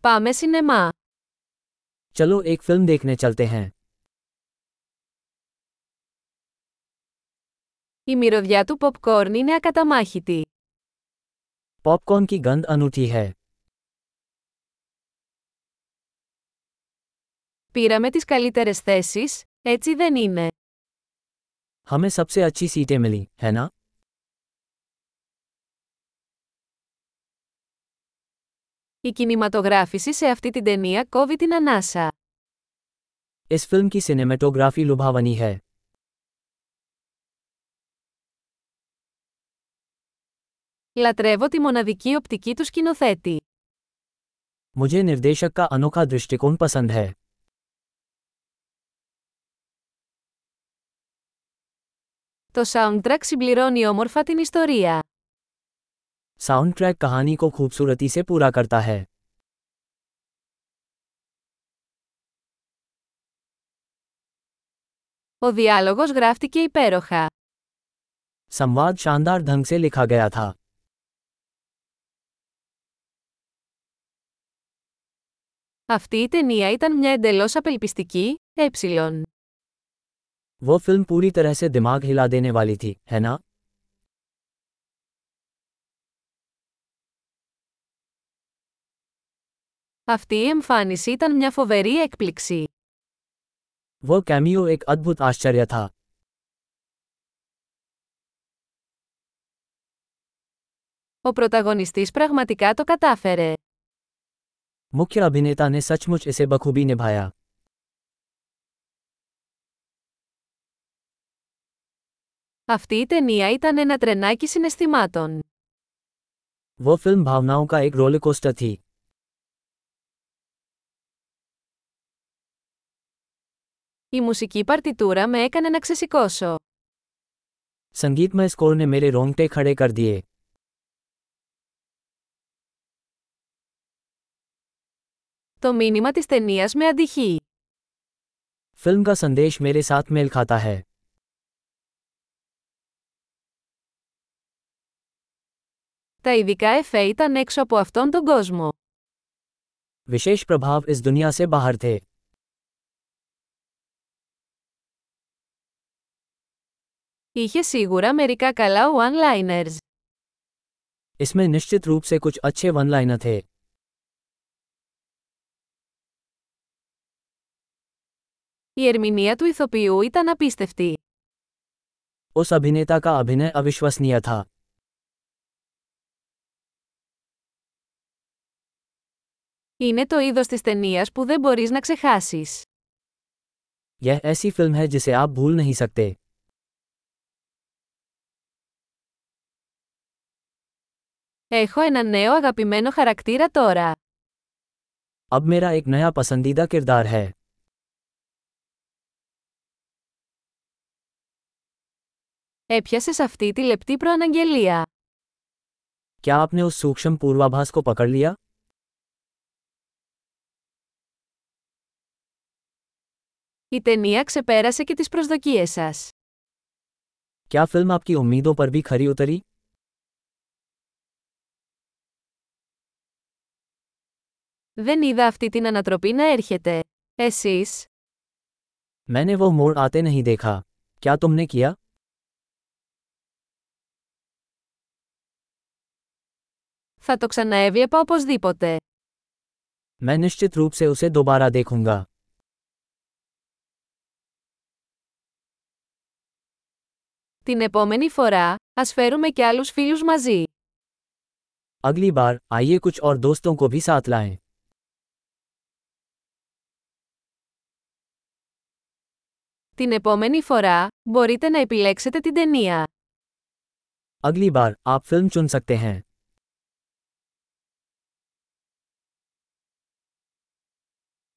Πάμε σινεμά. चलो एक फिल्म देखने चलते हैं Η μυρωδιά του popcorn είναι ακαταμάχητη. पॉपकॉर्न की गंध अनूठी है Πήραμε τις καλύτερες θέσεις, έτσι δεν είναι. हमें सबसे अच्छी सीटें मिली है ना Η κινηματογράφηση σε αυτή την ταινία κόβει την ανάσα. इस फिल्म की सिनेमेटोग्राफी लुभावनी है Λατρεύω τη μοναδική οπτική του σκηνοθέτη. मुझे निर्देशक का अनोखा दृष्टिकोण पसंद है Το soundtrack συμπληρώνει όμορφα την ιστορία. साउंडट्रैक कहानी को खूबसूरती से पूरा करता है Ο διάλογος γράφτηκε υπέροχα. संवाद शानदार ढंग से लिखा गया था Αυτή η ταινία ήταν μια εντελώς απελπιστική, ε. वो फिल्म पूरी तरह से दिमाग हिला देने वाली थी है ना Αυτή η εμφάνιση ήταν μια φοβερή έκπληξη. वह कैमियो एक अद्भुत आश्चर्य था Ο πρωταγωνιστής πραγματικά το κατάφερε. मुख्य अभिनेता ने सचमुच इसे बखूबी निभाया Αυτή η ταινία ήταν ένα τρενάκι συναισθημάτων. वो फिल्म भावनाओं का एक रोलकोस्टर थी Η μουσική παρτιτούρα με έκανε να ξεσηκώσω. संगीतमय स्कोर ने मेरे रोंगटे खड़े कर दिए Το μήνυμα της ταινίας με αντυχεί. फिल्म का संदेश मेरे साथ मेल खाता है Τα ειδικά εφέ ήταν έξω από αυτόν τον κόσμο. विशेष प्रभाव इस दुनिया से बाहर थे Είχε σίγουρα μερικά καλά one-liners. इसमें निश्चित रूप से कुछ अच्छे वन लाइनर थे Η ερμηνεία του ηθοποιού ήταν απίστευτη. उस अभिनेता का अभिनय अविश्वसनीय था Είναι το είδος της ταινίας που δεν μπορείς να ξεχάσεις. यह ऐसी फिल्म है जिसे आप भूल नहीं सकते Έχω ένα νέο αγαπημένο χαρακτήρα τώρα. अब मेरा एक नया पसंदीदा किरदार है Έπιασες αυτή τη λεπτή προαναγγελία. क्या आपने उस सूक्ष्म पूर्वाभास को पकड़ लिया Η ταινία ξεπέρασε και τις προσδοκίες σας. क्या फिल्म आपकी उम्मीदों पर भी खरी उतरी Δεν είδα αυτή την ανατροπή να έρχεται. Εσείς, मैंने वह मोड़ आते नहीं देखा क्या तुमने किया θα το ξαναέβλεπα οπωσδήποτε. मैं निश्चित रूप से उसे दोबारा देखूंगा Την επόμενη φορά, ας φέρουμε και άλλους φίλους μαζί. अगली बार आइए कुछ और दोस्तों को भी साथ लाएं Την επόμενη φορά, μπορείτε να επιλέξετε την ταινία. अगली बार आप फिल्म चुन सकते हैं